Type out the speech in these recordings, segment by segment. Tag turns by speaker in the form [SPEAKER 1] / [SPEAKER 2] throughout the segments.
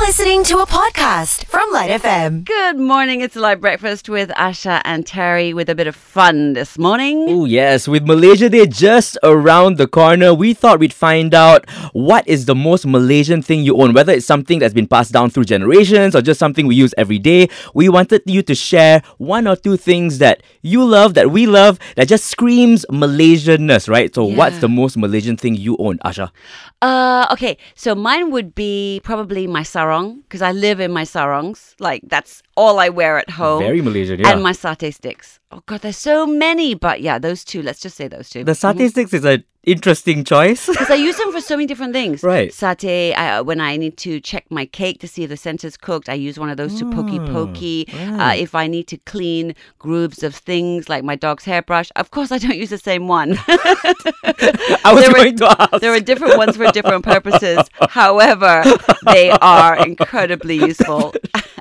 [SPEAKER 1] listening to a podcast from Light FM.
[SPEAKER 2] Good morning. It's live breakfast with Asha and Terry with a bit of fun this morning.
[SPEAKER 3] Oh, yes. With Malaysia Day just around the corner, we thought we'd find out what is the most Malaysian thing you own, whether it's something that's been passed down through generations or just something we use every day. We wanted you to share one or two things that you love, that we love, that just screams Malaysianness, right? So, what's
[SPEAKER 2] Yeah.
[SPEAKER 3] the most Malaysian thing you own, Asha?
[SPEAKER 2] Uh, okay, so mine would be probably my sarong because I live in my sarongs. Like that's all I wear at home.
[SPEAKER 3] Very Malaysian, yeah.
[SPEAKER 2] And my satay sticks. Oh god, there's so many, but yeah, those two. Let's just say those two.
[SPEAKER 3] The satay sticks is an interesting choice.
[SPEAKER 2] because I use them for so many different things.
[SPEAKER 3] Right.
[SPEAKER 2] Satay, I, uh, when I need to check my cake to see if the center's cooked, I use one of those to pokey
[SPEAKER 3] Oh,
[SPEAKER 2] pokey. Uh, if I need to clean grooves of things like my dog's hairbrush, of course I don't use the same one.
[SPEAKER 3] I was
[SPEAKER 2] There were-
[SPEAKER 3] going to ask.
[SPEAKER 2] there are different ones for different purposes. However, they are incredibly useful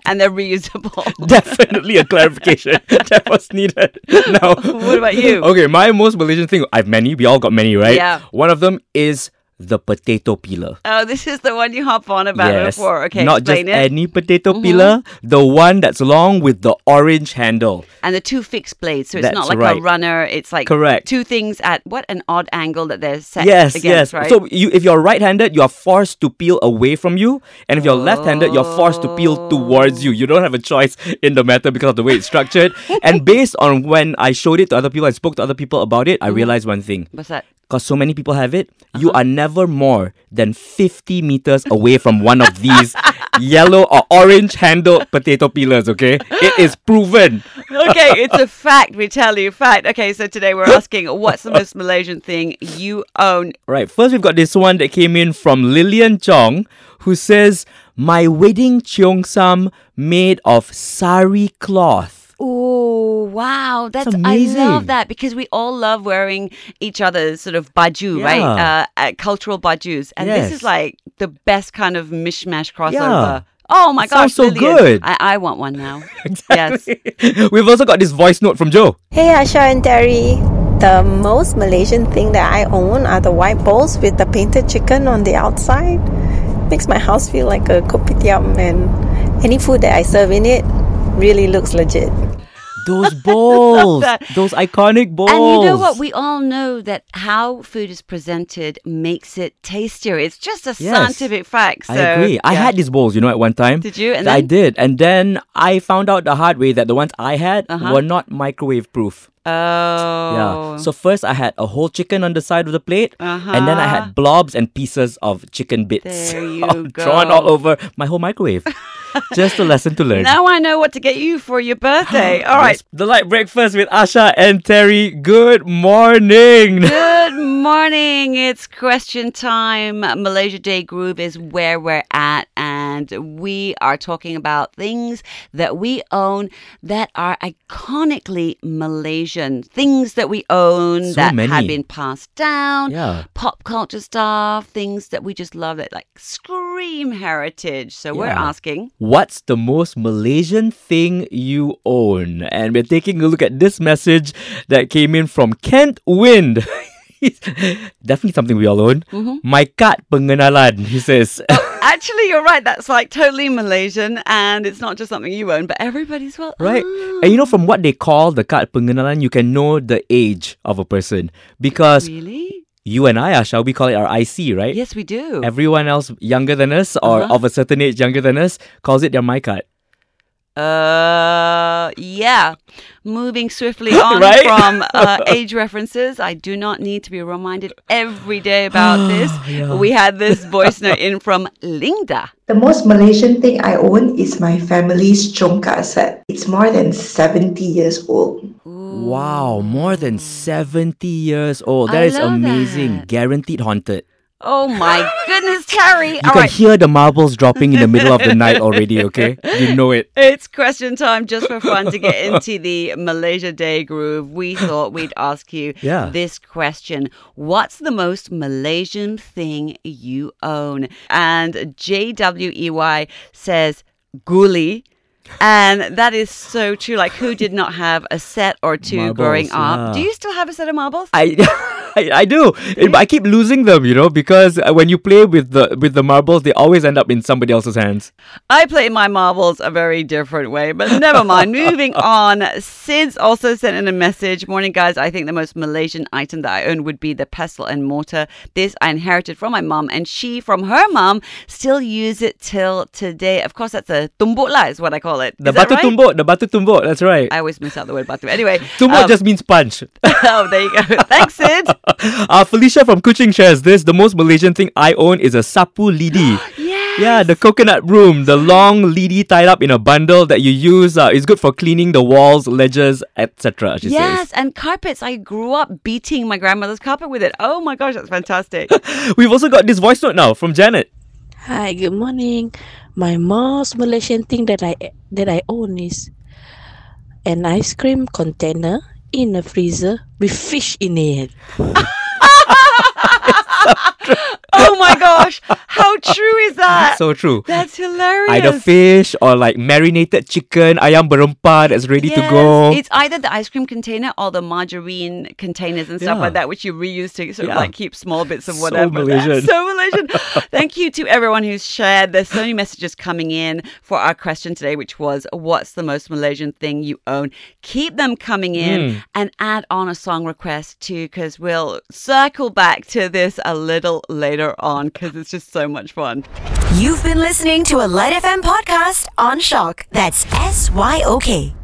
[SPEAKER 2] and they're reusable.
[SPEAKER 3] definitely a clarification that was needed. Now,
[SPEAKER 2] What about you?
[SPEAKER 3] Okay, my most Malaysian thing. I've many. We all got many, right?
[SPEAKER 2] Yeah.
[SPEAKER 3] One of them is the potato peeler.
[SPEAKER 2] Oh, this is the one you hop on about
[SPEAKER 3] yes.
[SPEAKER 2] before. Okay,
[SPEAKER 3] Not just
[SPEAKER 2] explain it. Mm-hmm.
[SPEAKER 3] any potato peeler. The one that's long with the orange handle.
[SPEAKER 2] and the two fixed blades. So it's not like
[SPEAKER 3] That's
[SPEAKER 2] a
[SPEAKER 3] right.
[SPEAKER 2] runner. It's like
[SPEAKER 3] Correct.
[SPEAKER 2] two things at what an odd angle that they're set
[SPEAKER 3] Yes,
[SPEAKER 2] against,
[SPEAKER 3] yes.
[SPEAKER 2] right?
[SPEAKER 3] So you, if you're right-handed, you are forced to peel away from you, and if you're left-handed, you're forced to
[SPEAKER 2] Oh.
[SPEAKER 3] peel towards you. You don't have a choice in the matter because of the way it's structured. and based on when I showed it to other people, I spoke to other people about it. I
[SPEAKER 2] Mm-hmm.
[SPEAKER 3] realized one thing.
[SPEAKER 2] What's that?
[SPEAKER 3] because so many people have it, you
[SPEAKER 2] Uh-huh.
[SPEAKER 3] are never more than 50 meters away from one of these yellow or orange handled potato peelers, okay? It is proven.
[SPEAKER 2] Okay, it's a fact. We tell you fact. Okay, so today we're asking what's the most Malaysian thing you own?
[SPEAKER 3] Right, first we've got this one that came in from Lillian Chong who says, My wedding cheongsam made of sari cloth.
[SPEAKER 2] Oh wow, that's, I love
[SPEAKER 3] amazing.
[SPEAKER 2] that because we all love wearing each other's sort of baju, right? Uh,
[SPEAKER 3] Yeah.
[SPEAKER 2] uh, cultural bajus, and this is
[SPEAKER 3] Yes.
[SPEAKER 2] like the best kind of mishmash crossover.
[SPEAKER 3] Yeah.
[SPEAKER 2] Oh my
[SPEAKER 3] It
[SPEAKER 2] gosh,
[SPEAKER 3] sounds so
[SPEAKER 2] Lillian,
[SPEAKER 3] good.
[SPEAKER 2] I, I want one now. Yes.
[SPEAKER 3] we've also got this voice note from Joe.
[SPEAKER 4] Hey Asha and Terry. The most Malaysian thing that I own are the white bowls with the painted chicken on the outside. Makes my house feel like a kopitiam and any food that I serve in it really looks legit.
[SPEAKER 3] Those bowls,
[SPEAKER 2] that.
[SPEAKER 3] those iconic bowls.
[SPEAKER 2] And you know what? We all know that how food is presented makes it tastier. It's just a
[SPEAKER 3] Yes.
[SPEAKER 2] scientific fact. So,
[SPEAKER 3] I agree. I
[SPEAKER 2] yeah.
[SPEAKER 3] had these bowls, you know, at one time.
[SPEAKER 2] Did you? And
[SPEAKER 3] I
[SPEAKER 2] then?
[SPEAKER 3] did. And then I found out the hard way that the ones I had were not microwave proof.
[SPEAKER 2] Uh-huh. Oh.
[SPEAKER 3] Yeah. So first I had a whole chicken on the side of the plate, and then I had blobs and pieces of chicken
[SPEAKER 2] Uh-huh.
[SPEAKER 3] bits
[SPEAKER 2] There you
[SPEAKER 3] drawn
[SPEAKER 2] go.
[SPEAKER 3] all over my whole microwave. Just a lesson to learn.
[SPEAKER 2] Now I know what to get you for your birthday. All right.
[SPEAKER 3] Yes, the light breakfast with Asha and Terry. Good morning.
[SPEAKER 2] Good morning. It's question time. Malaysia Day Groove is where we're at, and we are talking about things that we own that are iconically Malaysian. Things that we own
[SPEAKER 3] So
[SPEAKER 2] that have
[SPEAKER 3] many.
[SPEAKER 2] been passed down.
[SPEAKER 3] Yeah.
[SPEAKER 2] Pop culture stuff, things that we just love that like scream heritage. So we're
[SPEAKER 3] Yeah.
[SPEAKER 2] asking.
[SPEAKER 3] What's the most Malaysian thing you own? And we're taking a look at this message that came in from Kent Wind. Definitely something we all own. My card pengenalan, he says.
[SPEAKER 2] Actually, you're right. That's like totally Malaysian, and it's not just something you own, but everybody's well.
[SPEAKER 3] right? And you know, from what they call the card pengenalan, you can know the age of a person. Because
[SPEAKER 2] Really?
[SPEAKER 3] you and I, Asha, we call it our IC, right?
[SPEAKER 2] Yes, we do.
[SPEAKER 3] Everyone else younger than us or
[SPEAKER 2] Uh-huh.
[SPEAKER 3] of a certain age younger than us calls it their my card.
[SPEAKER 2] Uh, yeah. Moving swiftly on
[SPEAKER 3] Right?
[SPEAKER 2] from uh, age references, I do not need to be reminded every day about this. We had this voice note in from Linda.
[SPEAKER 5] The most Malaysian thing I own is my family's chongkak set. It's more than 70 years old.
[SPEAKER 3] Wow, more than 70 years old.
[SPEAKER 2] I
[SPEAKER 3] That is
[SPEAKER 2] love
[SPEAKER 3] amazing.
[SPEAKER 2] that.
[SPEAKER 3] Guaranteed haunted.
[SPEAKER 2] Oh my goodness, Terry!
[SPEAKER 3] You
[SPEAKER 2] All
[SPEAKER 3] can
[SPEAKER 2] right.
[SPEAKER 3] hear the marbles dropping in the middle of the night already, okay? You know it.
[SPEAKER 2] It's question time just for fun to get into the Malaysia Day groove. We thought we'd ask you
[SPEAKER 3] Yeah.
[SPEAKER 2] this question What's the most Malaysian thing you own? And JWEY says, Guli. And that is so true. Like, who did not have a set or two
[SPEAKER 3] Marbles,
[SPEAKER 2] growing up?
[SPEAKER 3] yeah.
[SPEAKER 2] Do you still have a set of marbles?
[SPEAKER 3] I I, I do. It- I keep losing them, you know, because uh, when you play with the with the marbles, they always end up in somebody else's hands.
[SPEAKER 2] I play my marbles a very different way, but never mind. Moving on. Sid's also sent in a message. Morning, guys. I think the most Malaysian item that I own would be the pestle and mortar. This I inherited from my mum, and she, from her mum, still use it till today. Of course, that's a tumbuk lah, is what I call it.
[SPEAKER 3] The
[SPEAKER 2] Is that
[SPEAKER 3] batu
[SPEAKER 2] right?
[SPEAKER 3] tumbok, the batu tumbok. That's right.
[SPEAKER 2] I always miss out the word batu. Anyway,
[SPEAKER 3] tumbok
[SPEAKER 2] um,
[SPEAKER 3] just means punch.
[SPEAKER 2] oh, there you go. Thanks, Sid.
[SPEAKER 3] uh, Felicia from Kuching shares this. The most Malaysian thing I own is a sapu lidi. Yeah, the coconut broom, the long lidi tied up in a bundle that you use. Uh, is good for cleaning the walls, ledges, etc. She
[SPEAKER 2] Yes,
[SPEAKER 3] says.
[SPEAKER 2] and carpets. I grew up beating my grandmother's carpet with it. Oh my gosh, that's fantastic.
[SPEAKER 3] We've also got this voice note now from Janet.
[SPEAKER 6] Hi, good morning. My most Malaysian thing that I that I own is an ice cream container in a freezer with fish in it.
[SPEAKER 2] oh my gosh, how true is that?
[SPEAKER 3] So true.
[SPEAKER 2] That's hilarious.
[SPEAKER 3] Either fish or like marinated chicken, ayam berempah that's ready to go.
[SPEAKER 2] It's either the ice cream container or the margarine containers and stuff
[SPEAKER 3] Yeah.
[SPEAKER 2] like that, which you reuse to sort
[SPEAKER 3] Yeah.
[SPEAKER 2] of like keep small bits of
[SPEAKER 3] So
[SPEAKER 2] whatever. That's
[SPEAKER 3] Malaysian.
[SPEAKER 2] so Malaysian. Thank you to everyone who's shared. There's so many messages coming in for our question today, which was what's the most Malaysian thing you own? Keep them coming in
[SPEAKER 3] Hmm.
[SPEAKER 2] and add on a song request too, because we'll circle back to this a little later on because it's just so much fun.
[SPEAKER 1] You've been listening to a Light FM podcast on Shock. That's S Y O K.